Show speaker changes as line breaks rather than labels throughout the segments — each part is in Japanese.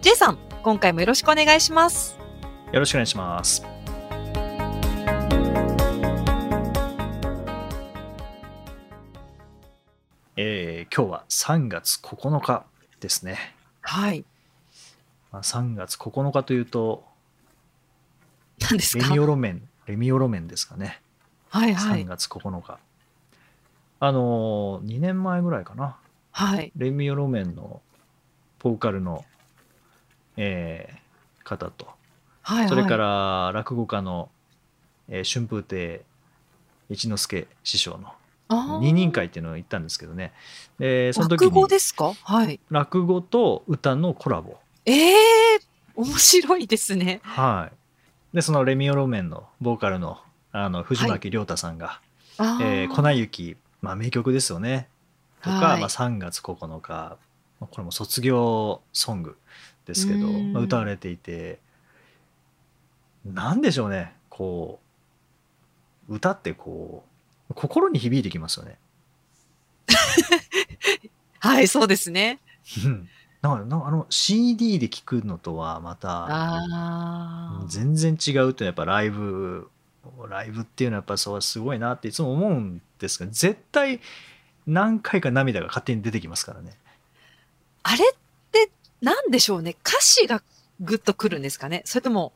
J さん、今回もよろしくお願いします。
よろしくお願いしますえー、今日は3月9日ですね
はい。
まあ、3月9日というと、
何です
レ
か
ミオロメン、レミオロメンですかね。
はいは
3
い。
月9日。あのー、2年前ぐらいかな。
はい。
レミオロメンのボーカルの、えー方と、
はい、はい。
それか、ら落語家の、えー春風亭一之輔師匠の二人会っていうのを行ったんですけどね。で、その時
落語で
に
すかはい。
落語と歌のコラボ。
ええ面白いですね。
はい。で、そのレミオロメンのボーカルのあの藤巻亮太さんが、
あー
えー粉雪、まあ名曲ですよね。とか、
はい
まあ3月9日、まあこれも卒業ソングですけど、
うん
まあ歌われていて、なんでしょうね、こう、歌ってこう、心に響いてきますよね。
はい、そうですね。
うんなんかなんかあの CD で聴くのとはまた
ああ。
全然違うとやっぱライブライブっていうのはやっぱそうすごいなっていつも思うんですが絶対何回か涙が勝手に出てきますからね
あれって何でしょうね歌詞がグッとくるんですかねそれとも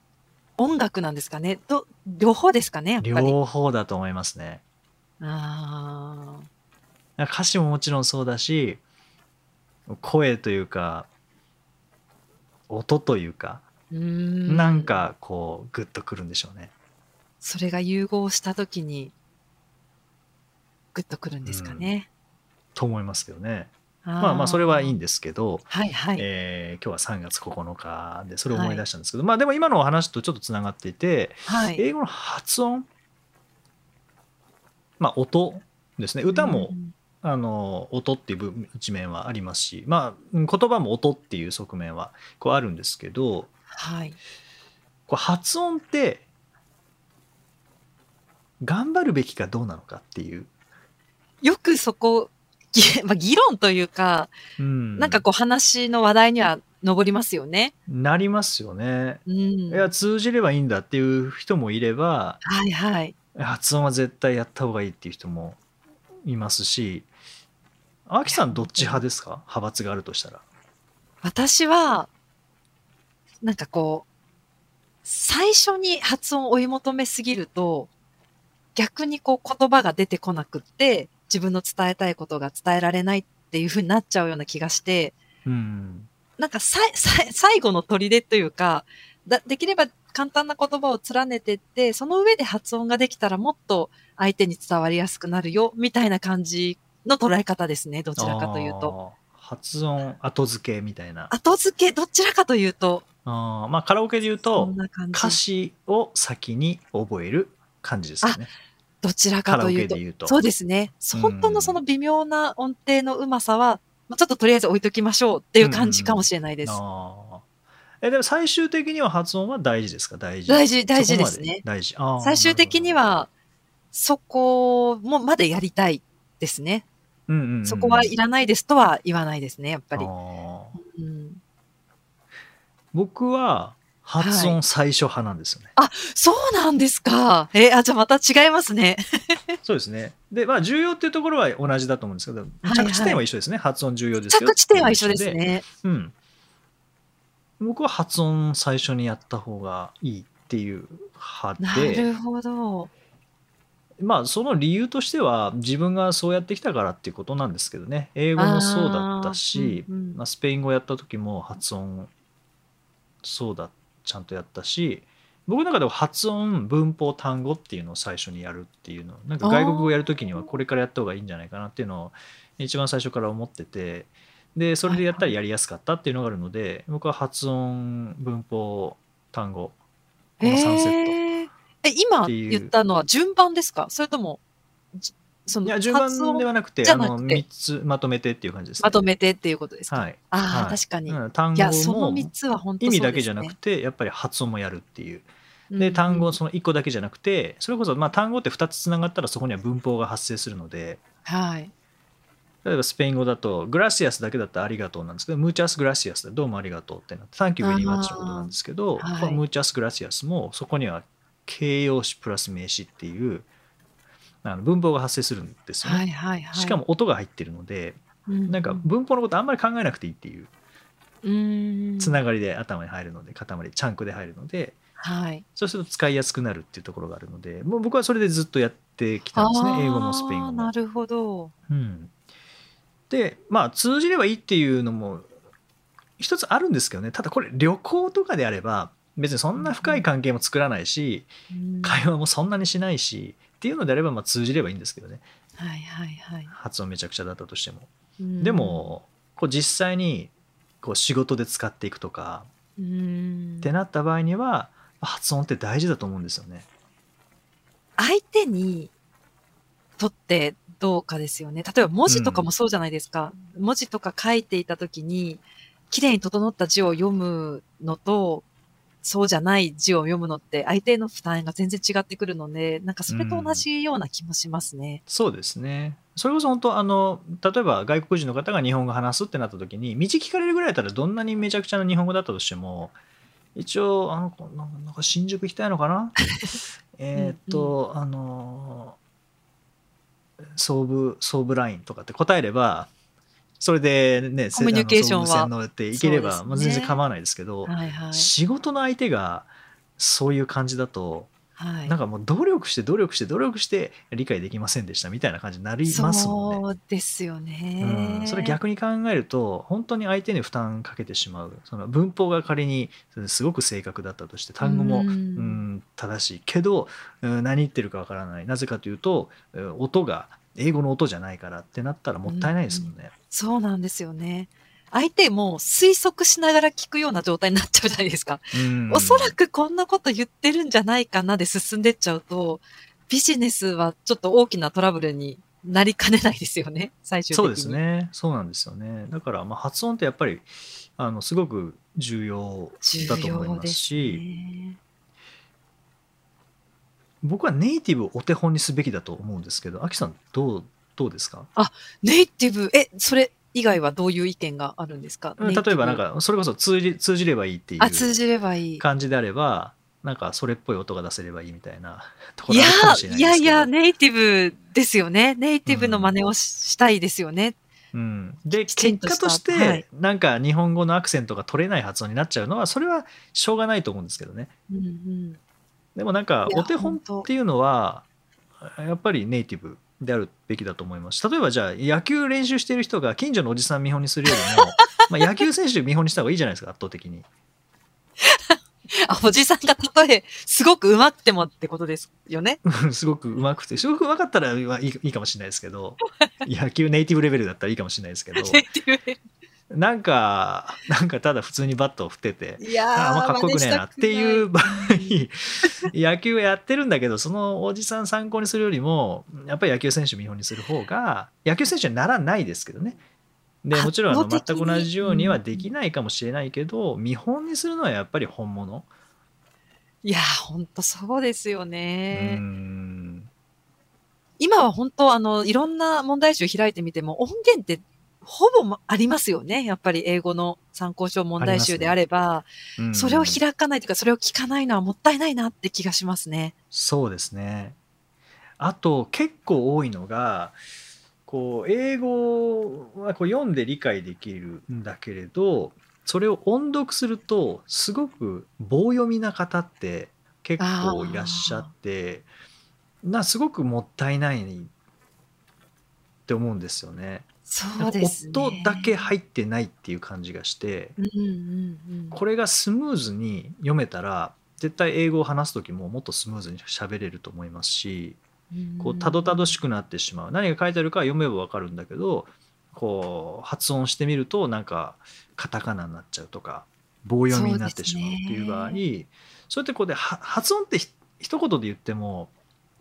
音楽なんですかねど両方ですかねやっぱり。
両方だと思いますね
あー
歌詞ももちろんそうだし声というか音というか、
うーん
なんかこうグッとくるんでしょうね
それが融合した時にグッとくるんですかね。
と思いますけどねま
ま
あまあそれはいいん
で
ですけど、
はいはい。
えー今日は3月9日でそれを思い出したんですけど、まあでも今のお話とちょっとつながっていて、
はい、
英語の発音まあ音ですね歌も、
うん
あの音っていう部一面はありますしまあうん言葉も音っていう側面はこうあるんですけど
はい。
こう発音って頑張るべきかどうなのかっていう、
よくそこ、ぎ まあ、議論というか、
うん
なんかこう話の話題には上りますよね。
なりますよね。
うん、
いや通じればいいんだっていう人もいれば
はいはい。
発音は絶対やった方がいいっていう人もいますし、アキさんどっち派ですか派閥があるとしたら。
私は、なんかこう、最初に発音を追い求めすぎると、逆にこう言葉が出てこなくって、自分の伝えたいことが伝えられないっていう風になっちゃうような気がして、
うん。
なんかさいさい最後の砦というかだ、できれば簡単な言葉を連ねてって、その上で発音ができたらもっと相手に伝わりやすくなるよ、みたいな感じの捉え方ですね、どちらかというと。
あー。発音後付けみたいな。
後付け、どちらかというと、
あーまあカラオケで言う
そ
と
ん、な感じ。
歌詞を先に覚える感じですかね。
どちら
カ
か
ラオ
とい
ケ
うと。
で言うと。
そうですね。そ
うん
本当のその微妙な音程のうまさは、まあちょっととりあえず置いときましょうっていう感じかもしれないです。
あーえでも最終的には発音は大事ですか大事。
大事、大
そ
事
こ
で
ます
ね。
大事。あー
最終的に、は、そこもまでやりたいですね。
なるほどうんうんうん
そこはいらないですとは言わないですね、やっぱり。
あー
うん、
僕は発
は
音最初派なんですよね。
そうなんですか。えーあ、じゃあまた違いますね。
そうですね。で、まあ、重要っていうところは同じだと思うんですけど、
はい
着地点は一緒ですね。発音重要ですよ。
着地点は一緒です。ね。
うん。僕は発音最初にやった方がいいっていう
な
派で、
るほど。
まあ、その理由としては、自分がそうやってきたからっていうことなんですけどね。英語もそうだったし、
あーうんうん
まあ、スペイン語やった時も発音、そうだ、ちゃんとやったし、僕の中では発音、文法、単語っていうのを最初にやるっていうの、なんか外国語やる時にはこれからやった方がいいんじゃないかなっていうのを一番最初から思ってて、でそれでやったらやりやすかったっていうのがあるので、僕は発音文法単語この3セット、
へーえ、今
っていう
言ったのは順番ですかそれとも、じその
いや順番
発音
ではなくて
じゃ
あ
な
の
くて
3つまとめてっていう感じです、
まとめてっていうことですか、
はい、
ああ、
はい
確かに。
うん単
いや、そ
語
の
も
3つは本当
意
そうです、ね、
味だけじゃなくてやっぱり発音もやるっていう
うんう
で
ん
単語その1個だけじゃなくてそれこそまあ単語って2つつながったらそこには文法が発生するので
はい。
例えばスペイン語だとグラシアスだけだったらありがとうなんですけどムーチャスグラシアスでどうもありがとうってなってサンキューベリーマッチのことなんですけど、
あーはい
このムーチャスグラシアスもそこには形容詞プラス名詞っていうあの文法が発生するんですよね、
はいはいはい。
しかも音が入ってるので
な
なんか文法のことあんまり考えなくていいっていうつ
つ
ながりで頭に入るので塊チャンクで入るので
はい。
そうすると使いやすくなるっていうところがあるのでもう僕はそれでずっとやってきたんです
あ
ね
ー
英語もスペイン語も
な。るほど。
うん、でまあ通じればいいっていうのも一つあるんですけどねただこれ旅行とかであれば別にそんな深い関係も作らないし
うんはい
会話もそんなにしないしっていうのであればまあ通じればいいんですけどね
はいはい。
発音めちゃくちゃだったとしても。
うん
で、もこう実際にこう仕事で使っていくとか
うん
ってなった場合には発音って大事だと思うんですよね。
相手にとってどうかですよね。例えば文字とかもそうじゃないですか。文字とか書いていたときに、綺麗に整った字を読むのと、そうじゃない字を読むのって相手の負担が全然違ってくるので、なんかそれと同じような気もしますね。
そうですね。それこそ本当あの例えば外国人の方が日本語話すってなった時に道聞かれるぐらいだったらどんなにめちゃくちゃな日本語だったとしても一応あのこなんかなんか新宿行きたい のかなえーっと、あの総武総武ラインとかって答えればそれでねせ
コミュニケーションは
あの総武線乗っていければ、
そうですね
まあ、全然構わないですけど、
はいはい。
仕事の相手がそういう感じだと
はい
なんかもう努力して努力して努力して理解できませんでしたみたいな感じになりますもんね。
そうですよね。
うん、それ逆に考えると本当に相手に負担かけてしまうその文法が仮にすごく正確だったとして単語も、
う
うんん、正しいけど、うん何言ってるかわからないなぜかというとうん音が英語の音じゃないからってなったらもったいないですもんね。
そうなんですよね。相手も推測しながら聞くような状態になっちゃうじゃないですか。
うん
おそらくこんなこと言ってるんじゃないかなで進んでっちゃうと、ビジネスはちょっと大きなトラブルになりかねないですよね、最終的に。
そうです。ねそうなんですよねだからまあ発音ってやっぱりあのすごく重要だと思いますし僕はネイティブをお手本にすべきだと思うんですけどアキさんどうどうですか
ネイティブ、え、それ以外はどういう意見があるんですか
例えばなん。
ネイティ
かそれこそ通じ通じればいいってい
ブあ、通
う
じればいい。
感じであればなんかそれっぽい音が出せればいいみたいな とこ
い
ろ
や
あるかもしれない
いや
です
い
けど
や、ネイティブですよね。ネイティブの真似をし,、たいですよね。
うん、で
きちん
結
と
果
した
として、
はい
なんか日本語のアクセントが取れない発音になっちゃうのはそれはしょうがないと思うんですけどね
うんうん、
でもなんか
いや
お手本っていうのはやっぱりネイティブであるべきだと思います例えばじゃあ野球練習してる人が近所のおじさん見本にするより もまあ野球選手見本にした方がいいじゃないですか圧倒的に
あ、おじさんがたとえ、すごく上手くてもってことですよね。
うんすごく上手くてすごく上手かったらまあいいいいかもしれないですけ ど野球ネイティブレベルだったらいいかもしれないですけど
ネイティ
なんかなんかただ普通にバットを振ってて
ブいやー、。
ああんまかっこよくねえなっていうう場合 野球やってるんだけどそのおじさん参考にするよりもやっぱり野球選手見本にする方が野球選手にならないですけどねで
圧
もちろんあの
倒
全
的に
く同じようにはできないかもしれないけど見本にするのはやっぱり本物
いやー、ほんとそうですよ
う
ね。
ん
今は本当あの、いろんな問題集開いてみても、音源ってほぼまありますよね。やっぱり英語の参考書問題集であれば、
うん
それを開かないというか、それを聞かないのはもったいないなって気がしますね。
そうですね。あと結構多いのがこう英語はこう読んで理解できるんだけれどそれを音読するとすごく棒読みな方って結構いらっしゃってなすごくもったいないって思うんですよね。
そうですね。
音だけ。入ってないっていう感じがして
うんうんうん。
これがスムーズに読めたら絶対英語を話す時ももっとスムーズに喋れると思いますしこうたどたどしくなってしまう何が書いてあるかは読めば分かるんだけどこう発音してみるとなんかカタカナになっちゃうとか棒読みになってしまうっていう場合そ
そ
う
で
うやってこうでは発音ってひ一言で言っても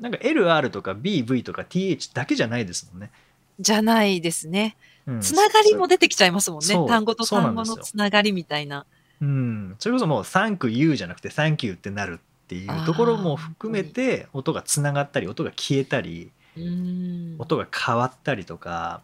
なんか LR とか BV とか TH だけじゃないですもんね。
じゃないですね。
うん
つながりも出てきちゃいますもんね
そ。う
単語と
そうな
単
ん
語
ですよ
のつながりみたいな。
うん、それこそもう「サンクユー」じゃなくて「サンキュー」ってなるっていうところも含めて音がつながったり音が消えたり
音
音が変わったりとか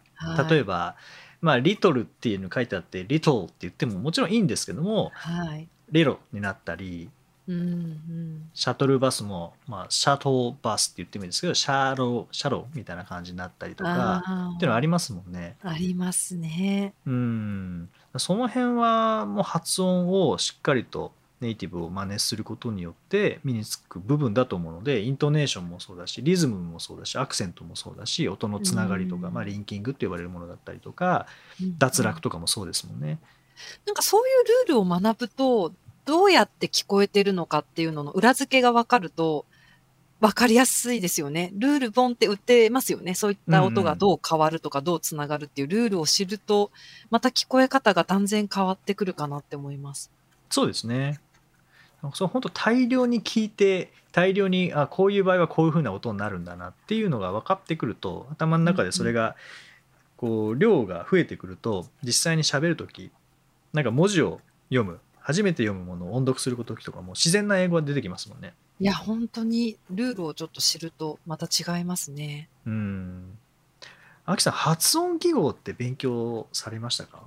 例えば、まあ「リトル」っていうの書いてあって「リトル」って言ってももちろんいいんですけども
はい。
「レロ」になったり
うんうん
シャトルバスも、まあ、シャトルバスって言ってもいいですけどシャロシャロみたいな感じになったりとか
あー
っていうのはありますもんね。
ありますね。
うんその辺はもう発音をしっかりとネイティブを真似することによって身につく部分だと思うのでイントネーションもそうだしリズムもそうだしアクセントもそうだし音のつながりとか、
うん
まあ、リンキングって呼ばれるものだったりとか脱落とかもそうですもんね。
なんかそういうルールを学ぶと、どうやって聞こえてるのかっていうのの裏付けがわかると、わかりやすいですよね。ルール本って売ってますよね。そういった音がどう変わるとか、どうつながるっていうルールを知ると、また聞こえ方が断然変わってくるかなって思います。
そうですね。なんかその本当大量に聞いて大量にあこういう場合はこういうふうな音になるんだなっていうのが分かってくると頭の中でそれがこう量が増えてくると実際に喋る時なんか文字を読む初めて読むものを音読する時とかも自然な英語が出てきますもんね。
いや、本当にルールをちょっと知ると、また違いますね。
うん。あきさん発音記号って勉強されましたか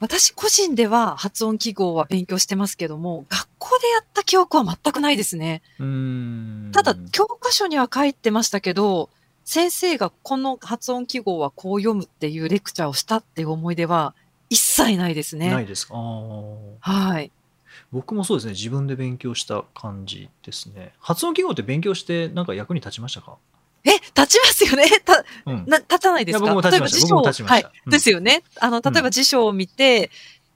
私個人では発音記号は勉強してますけども、学校でやった記憶は全くないですね。
うん
ただ、教科書には書いてましたけど、先生がこの発音記号はこう読むっていうレクチャーをしたっていう思い出は一切ないですね。
ないですかあー
はい。
僕もそうですね自分で勉強した感じですね発音記号って勉強してなんか役に立ちましたか、
え、立ちますよね た、
うん、
な、立たないですか
いや僕も立ちました
例えば辞書を
僕も立ちました
はい、
うん
ですよね。あの、例え
う
ば辞書を見て、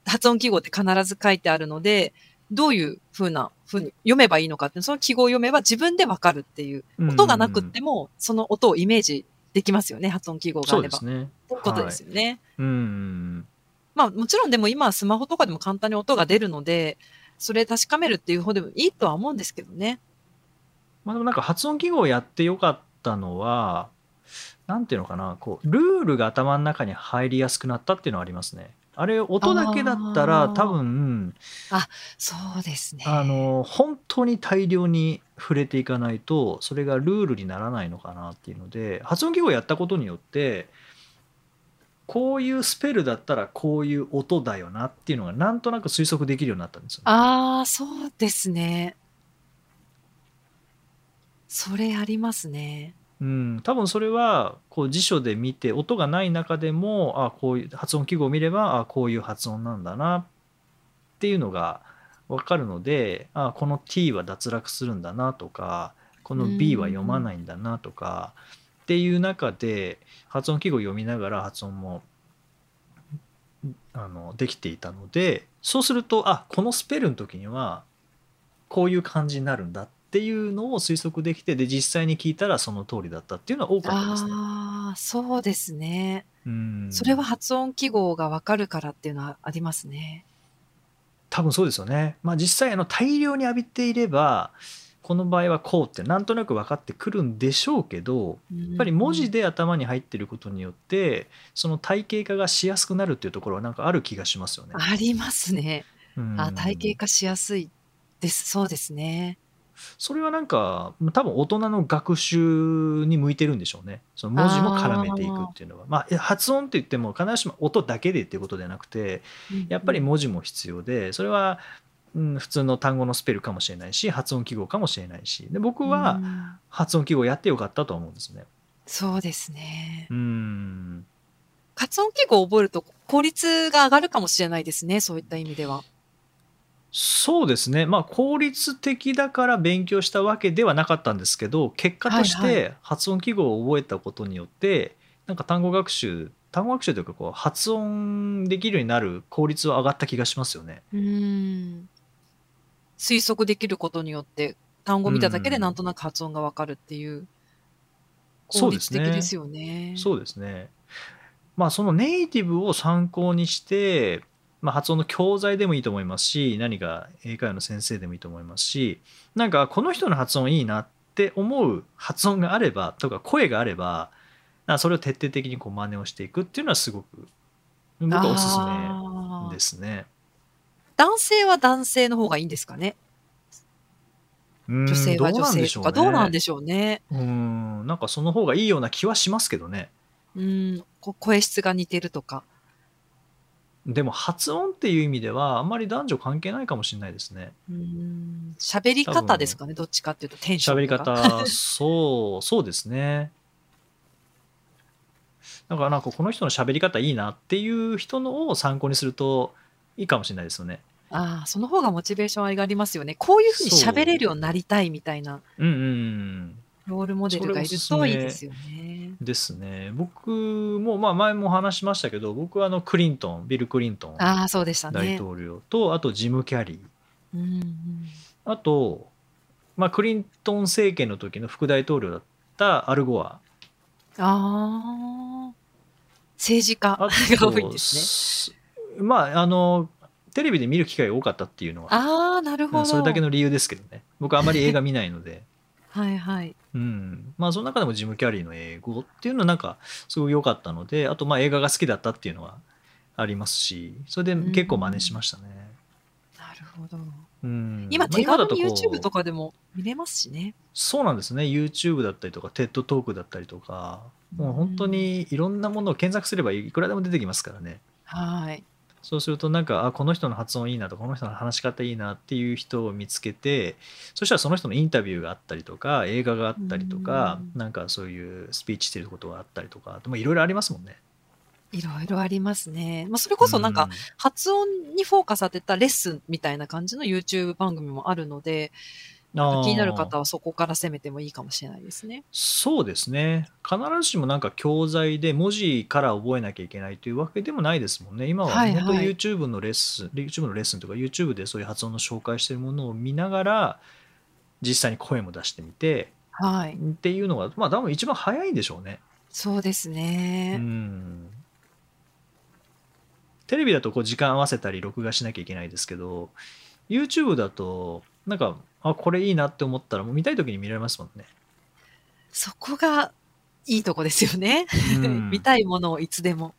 発音記号って必ず書いてあるので、どういうふうな、ふうに読めばいいのかって、その記号を読めば自分でわかるっていう。音がなくっ
うん
ても、その音をイメージできますよね。発音記号が
そ
あ
う
れ
で
ば。
すね
ということですよね。
はい、うん
まあもちろんでも今はスマホとかでも簡単に音が出るので、それ確かめるっていう方でもいいとは思うんですけどね。
まあでもなんか発音記号をやってよかったのはなんていうのかなこうルールが頭の中に入りやすくなったっていうのはありますねあれ音だけだったら
あー
多分
そうですね。
あの本当に大量に触れていかないとそれがルールにならないのかなっていうので発音記号をやったことによってこういうスペルだったらこういう音だよなっていうのがなんとなく推測できるようになったんですよ。
ああ、そうですね。それありますね。
うん、多分それはこう辞書で見て音がない中でもあこういう発音記号を見ればあこういう発音なんだなっていうのが分かるのであこの t は脱落するんだなとかこの b は読まないんだなとかっていう中で発音記号を読みながら発音もあのできていたのでそうするとあこのスペルの時にはこういう感じになるんだっていうのを推測できてで実際に聞いたらその通りだったっていうのは多かったですね。
ああ、そうですね。
うん
それは発音記号がわかるからっていうのはありますね。
多分そうですよね。まあ実際あの大量に浴びていればこの場合はこうってなんとなく分かってくるんでしょうけど
や
やっぱり文字で頭に入ってることによってその体系化がしやすくなるっていうところはなんかある気がしますよね。
ありますね。
うん
あ体系化しやすいです。そうですね。
それはなんか多分大人の学習に向いてるんでしょうねその文字も絡めていくっていうのはまあえ発音って言っても必ずしも音だけでっていうことではなくてやっぱり
うん
文字も必要でそれは、うん、普通の単語のスペルかもしれないし発音記号かもしれないしで僕
う
は
ん
発音記号やってよかったと思うんですね。
そうですね。
うん
発音記号を覚えると効率が上がるかもしれないですね。そういった意味では。
そうですね、まあ、効率的だから勉強したわけではなかったんですけど結果とし
はい
て発音記号を覚えたことによって、なんか単語学習単語学習というかこう発音できるようになる効率は上がった気がしますよね。
うん。推測できることによって、単語見ただけで
うん
なんとなく発音がわかるっていう、
そ
効
うで
率
す
的
ね
ですよね。
そうですねまあ、そのネイティブを参考にして、まあ、発音の教材でもいいと思いますし何か英会話の先生でもいいと思いますしなんかこの人の発音いいなって思う発音があればとか声があればなんかそれを徹底的にこう真似をしていくっていうのはすごく僕はおすすめ
あー
ですね。
男性は男性の方がいいんですかね
女
女性は女性とかどうなんで
し
しょうね。
ょうねうんなんかその方がいいような気はしますけどね。
うん、こ声質が似てるとか。
でも発音っていう意味ではあんまり男女関係ないかもしれないですね。
うん喋り方ですかね、どっちかっていうとテンション
喋り
とか。
方、そう、そうですね。だからなんかこの人の喋り方いいなっていう人のを参考にするといいかもしれないですよね。
ああ、その方がモチベーション上がりますよね。こういうふうに喋れるようになりたいみたいな
うんうん
ロールモデルがいる
それお
と
すすめ
いいですよね。
うん。ですね。僕も、まあ前も話しましたけど、僕はあのクリントン、ビル・クリントン
ああ、そうでした
大
ね。
統領と、あとジム・キャリー。
うんうん
あと、まあ、クリントン政権の時の副大統領だったアルゴア。
ああ、政治家
あ
が多いんですね。
ね。まあ、あの、テレビで見る機会が多かったっていうのは、
ああ、なるほ
うん
ど。
それだけの理由ですけどね。僕、あまり映画見ないので。
はいはい。
うん。まあ、その中でもジム・キャリーの英語っていうのは、なんか、すごい良かったので、あと、まあ、映画が好きだったっていうのはありますし、それで結構真似しましたね。
なるほど。
うんま
今、
あ
手軽
だと
に
こう
YouTube とかでも見れますしね。
そうなんですね YouTube だったりとか TED トークだったりとかもう本当にいろんなものを検索すればいくらでも出てきますからね
はい。
そうするとなんかあこの人の発音いいなとかこの人の話し方いいなっていう人を見つけてそしたらその人のインタビューがあったりとか映画があったりとか
うん
なんかそういうスピーチしてることがあったりとかまあいろいろありますもんね。
いろいろありますね。まあ、それこそなんか、発音にフォーカス当てたレッスンみたいな感じの YouTube 番組もあるので、
うん
気になる方
あー
はそこから攻めてもいいかもしれないですね。
そうですね必ずしもなんか教材で文字から覚えなきゃいけないというわけでもないですもんね今は
はいはい
本当 YouTube のレッスン、YouTube のレッスンとか YouTube でそういう発音の紹介してるものを見ながら実際に声も出してみて
はい。
っていうのがまあ多分一番早いんでしょうね。
そうです
う
ね。
んテレビだとこう時間合わせたり録画しなきゃいけないですけど YouTube だとなんかあこれいいなって思ったらもう見たい時に見られますもんね。
そこがいいとこですよね。
うん
見たいものをいつでも。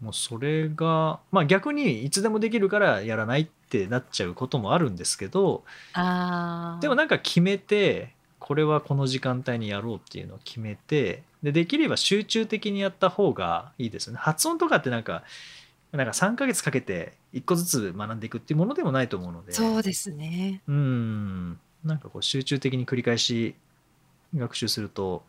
もうそれが、まあ、逆にいつでもできるからやらないってなっちゃうこともあるんですけど
ああ。
でもなんか決めてこれはこの時間帯にやろうっていうのを決めてでできれば集中的にやった方がいいですよね発音とかってなんかなんか3ヶ月かけて1個ずつ学んでいくっていうものでもないと思うので
そうですね。
うんなんかこう集中的に繰り返し学習すると、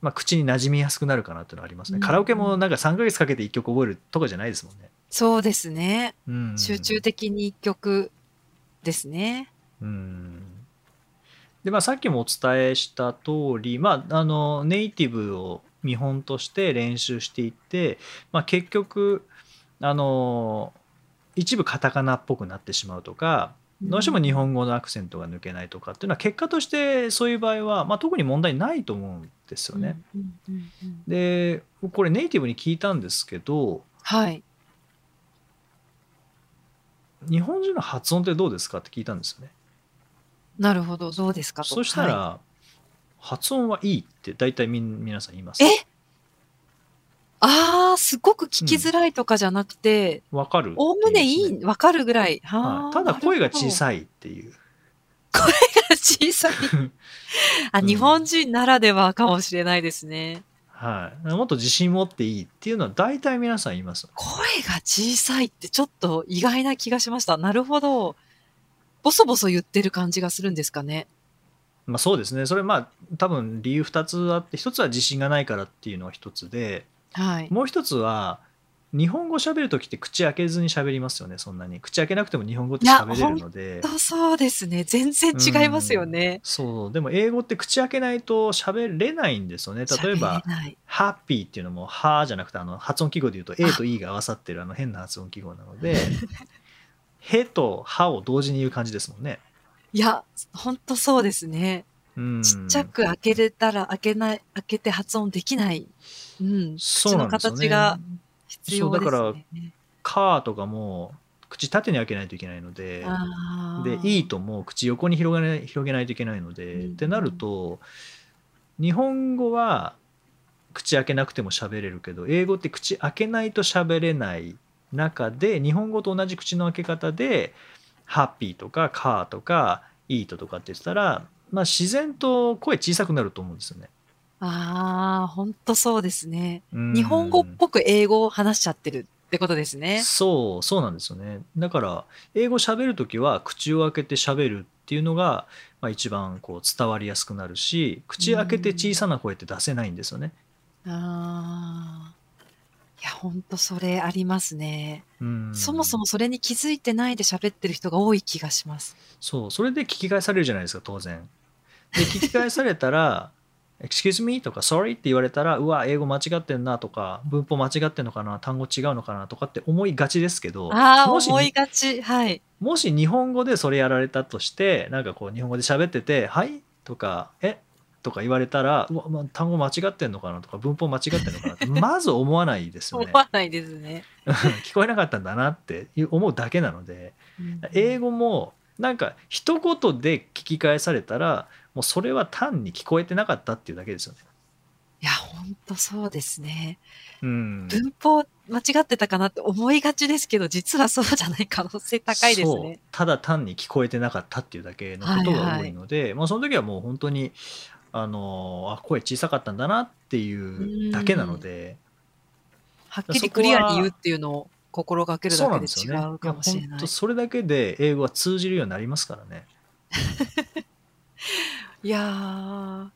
まあ、口に馴染みやすくなるかなっていうのはありますね、
うん
カラオケもなんか3ヶ月かけて1曲覚えるとかじゃないですもんね
そうですね。
うん
集中的に一曲ですね。
うんでまあ、さっきもお伝えした通り、まあ、あのネイティブを見本として練習していって、まあ、結局あの一部カタカナっぽくなってしまうとかどうしても日本語のアクセントが抜けないとかっていうのは結果としてそういう場合は、まあ、特に問題ないと思うんですよね。
うんうんうんうん
でこれネイティブに聞いたんですけど
はい。
日本人の発音ってどうですかって聞いたんですよね。
なるほど。どうですかと。
そしたら、
は
発音はいいって大体みん皆さん言います
え。いああ、すごく聞きづらいとかじゃなくて、
わかる
おおむねい
ってう
い、わかるぐらい。は
は
あ
い、ただ声が小
い。
さいっていう。
小さい。あ、
うん
日本人ならではかもしれないですね。
はい、もっと自信持っていいっていうのは大体皆さん言います。
声が小さいってちょっと意外な気がしました。なるほど。ボソボソ言ってる感じがするんですかね。
まあそうですね。それまあ多分理由2つあって、1つは自信がないからっていうのは1つで、
はい。
もう1つは日本語喋るときって口開けずに喋りますよね、そんなに。口開けなくても日本語って喋れるので。
そうそうですね。全然違いますよね。
そうでも英語って口開けないと喋れないんですよね例えば
喋れない
ハッピーっていうのも、はーじゃなくて、あの、発音記号で言うと、A と E が合わさってるあの変な発音記号なので、へとはを同時に言う感じですもんね。
いや、ほんとそうですね。
うん
ちっちゃく開けれたら開けない、開けて発音できない。うん。
そうなんですよ
口の形
ね
が必要
そう
です
だ
ね。
からカーとかも口縦に開けないといけないので
あ
で
ー
イートも口横に広げない広げないといけないので、
うん
ってなると日本語は口開けなくても喋れるけど英語って口開けないと喋れない中で日本語と同じ口の開け方で「ハッピー」とか「カー」とか「イート」とかって言ってたら、まあ、自然と声小さくなると思うんですよね。
ああ、本当そうですね。
うん
日本語っぽく英語を話しちゃってるってことですね。
そうそうなんですよねだから英語喋る時は口を開けて喋るっていうのが、まあ、一番こう伝わりやすくなるし口開けて小さな声って出せないんですよね。
ああ。いや、本当それありますね。
うん
そもそもそれに気づいてないで喋ってる人が多い気がします。
そうそれで聞き返されるじゃないですか当然。で聞き返されたら 「Excuse me」とか「Sorry」って言われたらうわ英語間違ってんなとか文法間違ってんのかな単語違うのかなとかって思いがちですけど
ああ、
もし
思いがち。はい。
もし日本語でそれやられたとしてなんかこう日本語で喋ってて「はい?」とか「えとか言われたらうわ、まあ、単語間違ってんのかなとか文法間違ってんのか なってまず思わないですよ
思
ね
わないですね。
聞こえなかったんだなっていう思うだけなので
うん
英語もなんか一言で聞き返されたらもうそれは単に聞こえてなかったっていうだけですよね。
いや、本当そうですね。
うん、
文法間違ってたかなって思いがちですけど、実はそうじゃない可能性高いです
そう
ね。
ただ単に聞こえてなかったっていうだけのことが多いので、まあ、その時はもう本当にあのあ声小さかったんだなっていうだけなので、
はっきりクリアに言うっていうのを心がける
そう
だ
な
け
ん
で
です
違
よね。
うかもしれ
や
な
本
い。
当それだけで英語は通じるようになりますからね。
いやー、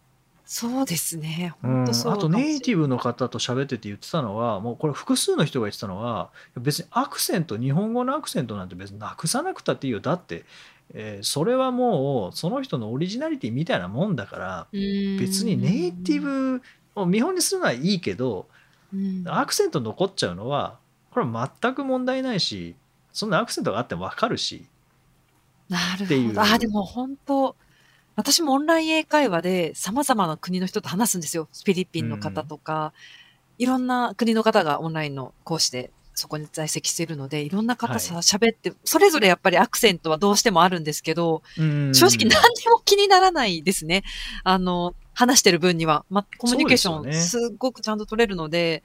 そうですね。
うん、
本当そう
あと
かもしれない
ネイティブの方と喋ってて言ってたのはもうこれ複数の人が言ってたのは別にアクセント日本語のアクセントなんて別になくさなくたっていいよだって、えーそれはもうその人のオリジナリティみたいなもんだから別にネイティ、ブを見本にするのはいいけど
うん
アクセント残っちゃうのはこれは全く問題ないしそんなアクセントがあっても分かるし
なる
ってい
ほ
う
ど。あー、でも本当、私もオンライン英会話で様々な国の人と話すんですよ。フィリピンの方とか、いろんな国の方がオンラインの講師でそこに在籍しているので、いろんな方さ、
は
喋って、それぞれやっぱりアクセントはどうしてもあるんですけど、正
正
直何にも気にならないですね。あの、話してる分には。ま、コミュニケーショ
そうで
ン
す
すっごくちゃんと取れるので、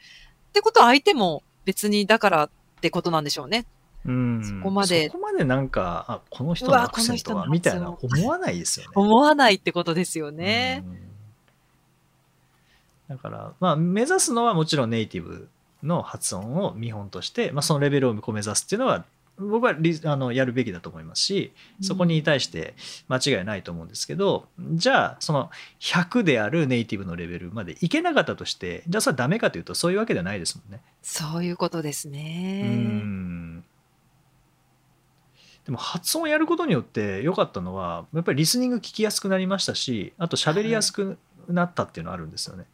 ってことは相手も別にだからってことなんでしょうね。
うん
そこまで
そこまでなんかあこの人
う
の
わ
アクセントは
この
み
人
た
の
いな
発音
思わないですよね。
思わないってことですよね。
うんだから、まあ、目指すのはもちろんネイティブの発音を見本として、まあ、そのレベルを目指すっていうのは僕はリあのやるべきだと思いますしそこに対して間違いないと思うんですけど、じゃあその100であるネイティブのレベルまでいけなかったとしてじゃあそれはダメかというとそういうわけではないですもんね。
そういうことです
う
ね。
んでも発音やることによって良かったのはやっぱりリスニング聞きやすくなりましたしあと喋りやすくなったっていうのはあるんですよね。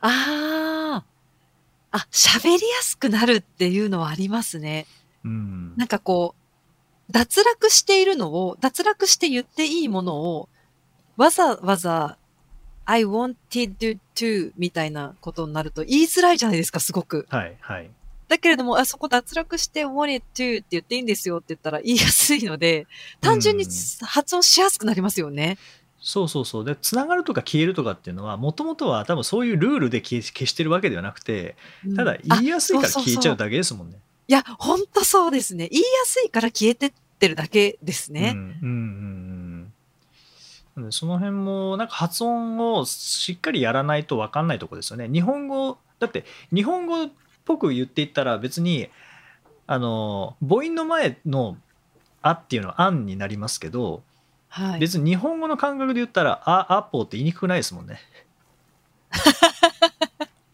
ああ。あ、喋りやすくなるっていうのはありますね。
うん
なんかこう、脱落しているのを、脱落して言っていいものを、わざわざ、I wanted to- to みたいなことになると言いづらいじゃないですか、すごく。
はいはい。
だけれども、あそこ脱落して wanted to って言っていいんですよって言ったら言いやすいので、単純に
うん
発音しやすくなりますよね。
そうそうそうでつながるとか消えるとかっていうのはもともとは多分そういうルールで消え消してるわけではなくて
うん
ただ
あ
言いやすいから
あそうそう
消えちゃうだけですもんね。
いや、ほんとそうですね。言いやすいから消えてってるだけです
う
ね。
んうんうんうん、なんでその辺もなんか発音をしっかりやらないと分かんないとこですよね。日本語だって日本語っぽく言っていったら別にあの母音の前の「あ」っていうのは「あん」になりますけど
はい。
別に日本語の感覚で言ったら「あ」「アポ」って言いにくくないです もんね。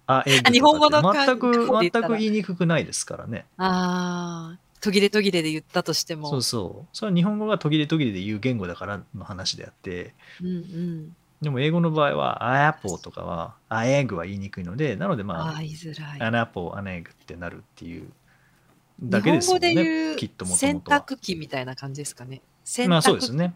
あエッグとかって
日本語の感
全く
覚で言
全
ったら
く言いにくくないですからね。
あー、途切れ途切れで言ったとしても。
そうそう。それは日本語が途切れ途切れで言う言語だからの話であって。
うんうん。
でも英語の場合は、アポとかは、アエグは言いにくいので、なので
あ
ま
ー、言いづら
あ、
い。
アナポ、アナエグってなるっていうだ
日
けで
本
すも
語
んね。
で言
きっと
う
もと
洗
もとは。
濯機みたいな感じですかね。洗
まあ
濯
そう
機
ですね。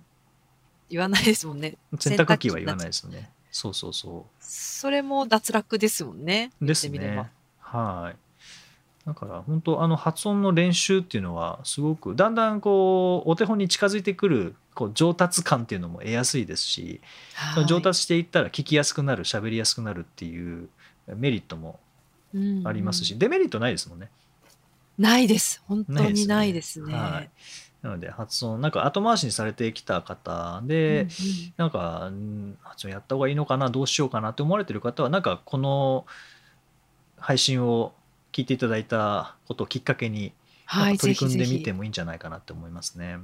言わないですもんね。
洗濯機は言わないですよね。そうそうそ
それも脱落ですもんね。
う。です
言ってみれば
ね。はい。だから本当あの発音の練習っていうのはすごくだんだんこうお手本に近づいてくるこう上達感っていうのも得やすいですし、その上達していったら聞きやすくなる喋りやすくなるっていうメリットもありますし、、デメリットないですもんね。
ないです。本当
よ
にないですね。
はい、なので発音なんか後回しにされてきた方で、なんかうん発音やった方がいいのかなどうしようかなって思われてる方はなんかこの配信を聞いていただいたことをきっかけに、
は
なん
い、
か取り組んで
ぜひ
み
ぜ
て
ひ
もいいんじゃないかなって思いますね。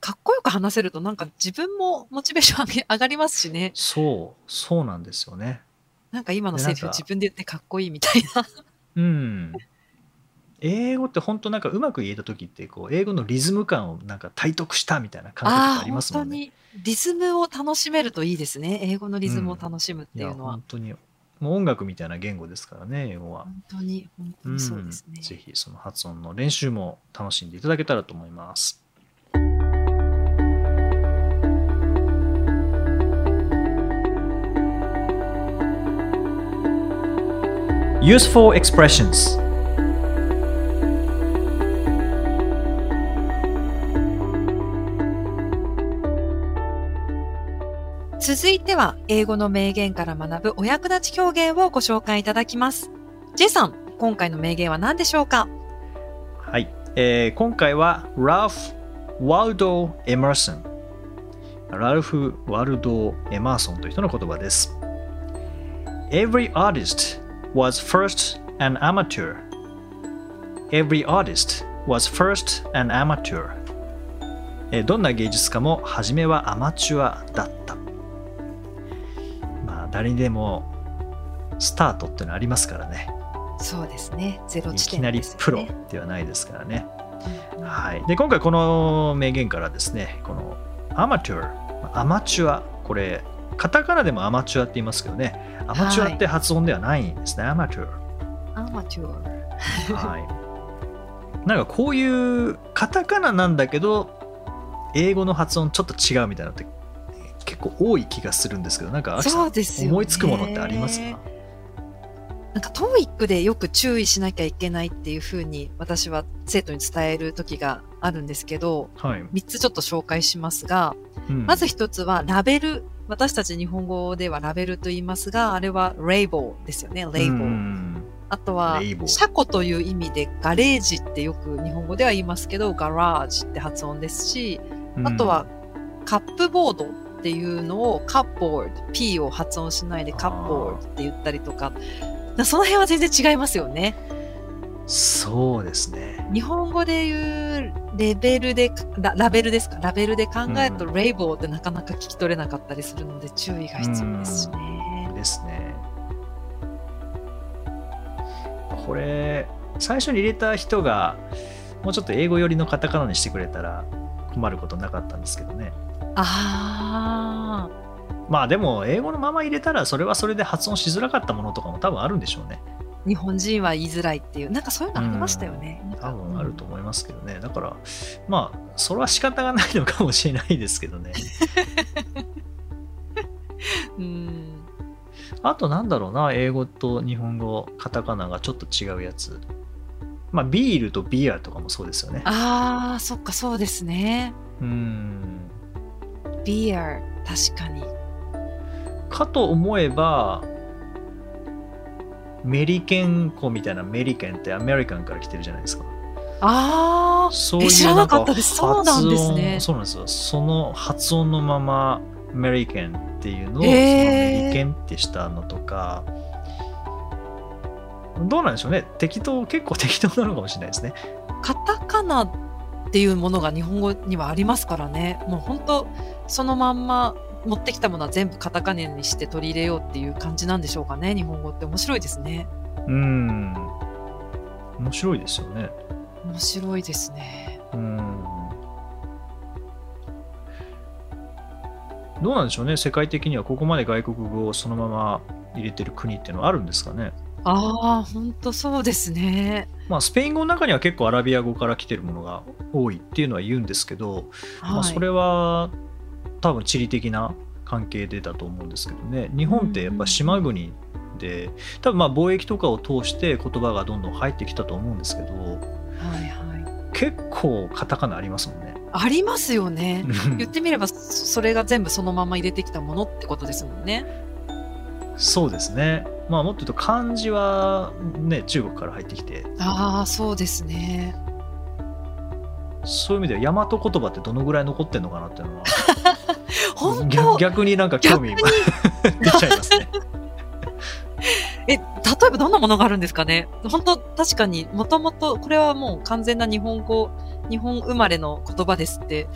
かっこよく話せると、なんか自分もモチベーション上げ上がりますしね。
そうそうなんですよね。
なんか今の
で
セリフ
なんか
自分で言ってかっこいいみたいな。
うん。英語って本当なんかうまく言えた時ってこう英語のリズム感をなんか体得したみたいな感覚
あ
があ
あー、
りま
本
すも
当
んね。
にリズムを楽しめるといいですね。英語のリズムを楽しむっていうのは。
本当にもう音楽みたいな言語ですからね英語は。
本当に、本当にそうですね
ん、。ぜひその発音の練習も楽しんでいただけたらと思います。Useful expressions
続いては、英語の名言から学ぶお役立ち表現をご紹介いただきます。J さん、今回の名言は何でしょうか
はい、えー今回はラフ・ワルド・エマーソンラルフ・ワルド・エマーソンという人の言葉です Every artist was first an amateur Every artist was first an amateur えーどんな芸術家も初めはアマチュアだったまあ誰にでもスタートってのありますからね
そうですね。ゼロ
い
地
き
点
なり
ですよね。
プロではないですからね
うんうん。
はい、で今回この名言からですねこのアマチュアアマチュアこれカタカナでもアマチュアって言いますけどねアマチュアって発音ではないんですね、アマチュ
アマチュア。
ア、はい、 なんかこういうカタカナなんだけど英語の発音ちょっと違うみたいなのって結構多い気がするんですけどなんかアキさん
そうですよね
思いつくものってありますか
なんか TOEIC でよく注意しなきゃいけないっていうふうに私は生徒に伝える時があるんですけど、
はい、
3つちょっと紹介しますが、
うん
まず1つはラベル。私たち日本語ではラベルと言いますが、あれはレイボーですよね、レイボー。
うん
あとは
レイボ、ー
車庫という意味でガレージってよく日本語では言いますけど、ガラージって発音ですし、あとはカップボードっていうのをカッボード、P を発音しないでカッボードって言ったりとか、なその辺は全然違いますよね。
そうですね
日本語で言うレベルで、ララベルですかラベルで考えると、
う
レイボーってなかなか聞き取れなかったりするので注意が必要ですしね。
ですね。これ最初に入れた人がもうちょっと英語寄りのカタカナにしてくれたら困ることなかったんですけどね。
ああ、
まあでも英語のまま入れたらそれはそれで発音しづらかったものとかも多分あるんでしょうね。
日本人は言いづらいっていう、なんかそういうのありましたよね。なんか
多分あると思いますけどね。だからまあそれは仕方がないのかもしれないですけどね。
うん。
あとなんだろうな英語と日本語カタカナがちょっと違うやつ。まあビールとビアとかもそうですよね。
ああ、そっか、そうですね。
うん
ビア、確かに。
かと思えばメリケン子みたいなメリケンってアメリカンから来てるじゃないですか
ああ、
そうい
え
う
知らなかったです
なんか
そうなん
発音
ですね
そうなんですよその発音のままメリケンっていうのを、
え
その
ー
メリケンってしたのとかどうなんでしょうね適当結構適当なのかもしれないですね
カタカナっていうものが日本語にはありますからね。もう本当そのまんま持ってきたものは全部カタカナにして取り入れようっていう感じなんでしょうかね。日本語って面白いですね。
うん面白いですよね
面白いですね。
うんどうなんでしょうね、世界的にはここまで外国語をそのまま入れてる国っていうのはあるんですかね。
ああ、本当そうですね。
まあ、スペイン語の中には結構アラビア語から来てるものが多いっていうのは言うんですけど、まあ、
はい
それは多分地理的な関係でだと思うんですけどね日本ってやっぱ島国で多分まあ貿易とかを通して言葉がどんどん入ってきたと思うんですけど
はいはい。
結構カタカナあります もんね。
ありますよね。言ってみれば、そそれが全部そのまま入れてきたものってことですもんね。
そうですね、まあ、もっと言うと漢字は、ね、中国から入ってきて
ああ、そうですね。
そういう意味では大和言葉ってどのぐらい残ってるのかなっていうのは
本
逆
当
逆になんか興味 出ちゃいますね。
え、例えばどんなものがあるんですかね本当確かに、もともと、これはもう完全な日本語、日本生まれの言葉ですって、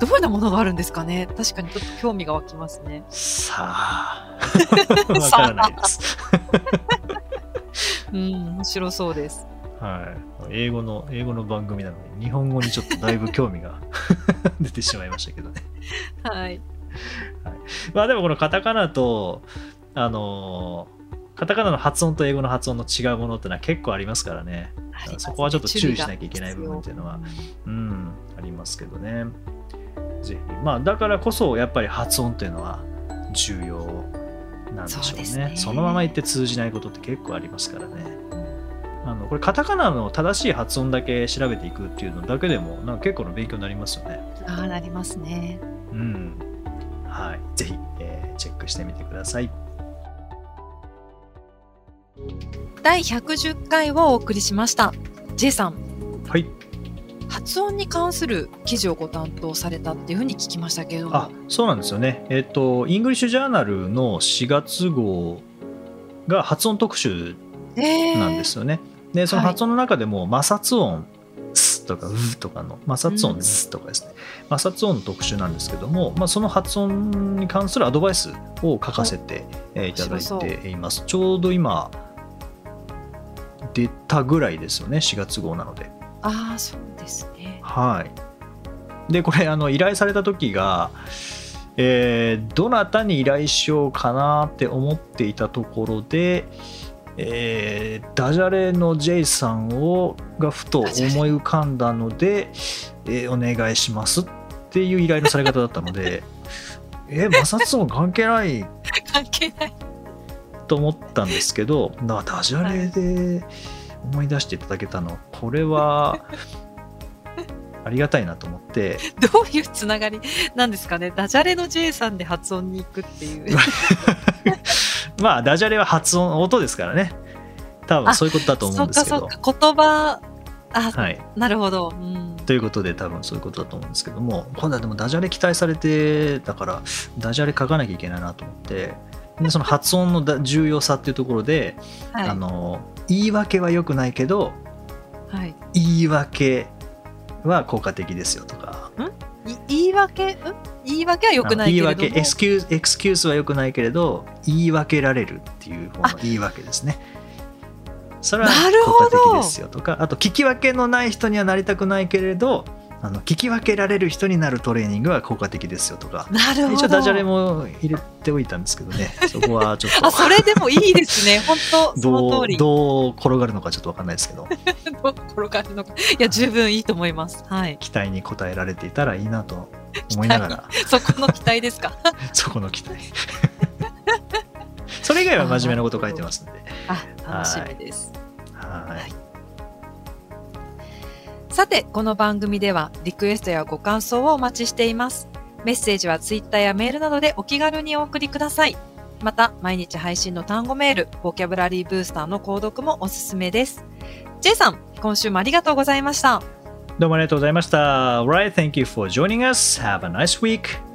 どういうようなものがあるんですかね確かにちょっと興味が湧きますね。
さ あわからないです。
うん、面白そうです。
はい、英語の英語の番組なので日本語にちょっとだいぶ興味が 出てしまいましたけどね。
はい。
まあでもこのカタカナとあのーカタカナの発音と英語の発音の違うものってのは結構ありますからね。そこはちょっと注意しなきゃいけない部分っていうのはうん、ありますけどね。ぜひ。まあ、だからこそ、やっぱり発音っていうのは重要なんでしょ
そうう
ね。
です
そ
ね
のまま言って通じないことって結構ありますからね。あのこれカタカナの正しい発音だけ調べていくっていうのだけでもなんか結構の勉強になりますよね。
ああ、なりますね。
うん。はい。ぜひ、えーチェックしてみてください。
第110回をお送りしました。J さん、
はい。
発音に関する記事をご担当されたっていうふうに聞きましたけれども。
あそうなんですよね。えっ、と、イングリッシュジャーナルの4月号が発音特集
えー
なんですよね。でその
はい
発音の中でも摩擦音「す」とか「う」とかの摩擦
う
音「
ん
ず」とかですね、摩擦音の特集なんですけども、まあ、その発音に関するアドバイスを書かせてえーいただ
面白そう
いています。ちょうど今出たぐらいですよね4月号なので。
ああ、そうですね。
はい、でこれあの依頼された時が、えーどなたに依頼しようかなって思っていたところで、えーダジャレの J さんをがふと思い浮かんだので、えーお願いしますっていう依頼のされ方だったのでえー摩擦音関係ない
関係ない。
と思ったんですけどなダジャレで思い出していただけたのこれはありがたいなと思って
どういうつながりなんですかね。ダジャレの J さんで発音に行くっていう。
まあダジャレは発音音ですからね多分そういうことだと思うんですけ
そ
ど
っかそっか。言葉、あ、
はい
なるほど。うん。
ということで多分そういうことだと思うんですけども今度はでもダジャレ期待されてだからダジャレ書かなきゃいけないなと思ってでその発音のだ重要さっていうところで、
はい
あ。の言い訳は良くないけど
はい、
言い訳は効果的ですよとか
い言い訳、ん言い訳は良くないけれども。
言い訳エスキューズエクスキューズは良くないけれど言い訳られるっていう方の言い訳ですねそれは
なるほ
効
ど
果的ですよとかあと聞き分けのない人にはなりたくないけれどあの聞き分けられる人になるトレーニングは効果的ですよとか
なるほど。
一応ダジャレも入れておいたんですけど ねそこはちょっ
あ、それでもいいで すね。本当
と
その
ど
通り。
うどう転がるのかちょっと分かんないですけど
どう転がるのか。いや、十分いいと思います。はい。
期待に応えられていたらいいなと思いながら
そこの期待ですか。
そこの期待 それ以外は真面目なこと書いてますんで
あ、楽しみです。
はい
さて、この番組ではリクエストやご感想をお待ちしています。メッセージはツイッターやメールなどでお気軽にお送りください。また、毎日配信の単語メール、ボキャブラリーブースターの購読もおすすめです。J さん、今週もありがとうございました。
どうもありがとうございました。Alright, thank you for joining us. Have a nice week.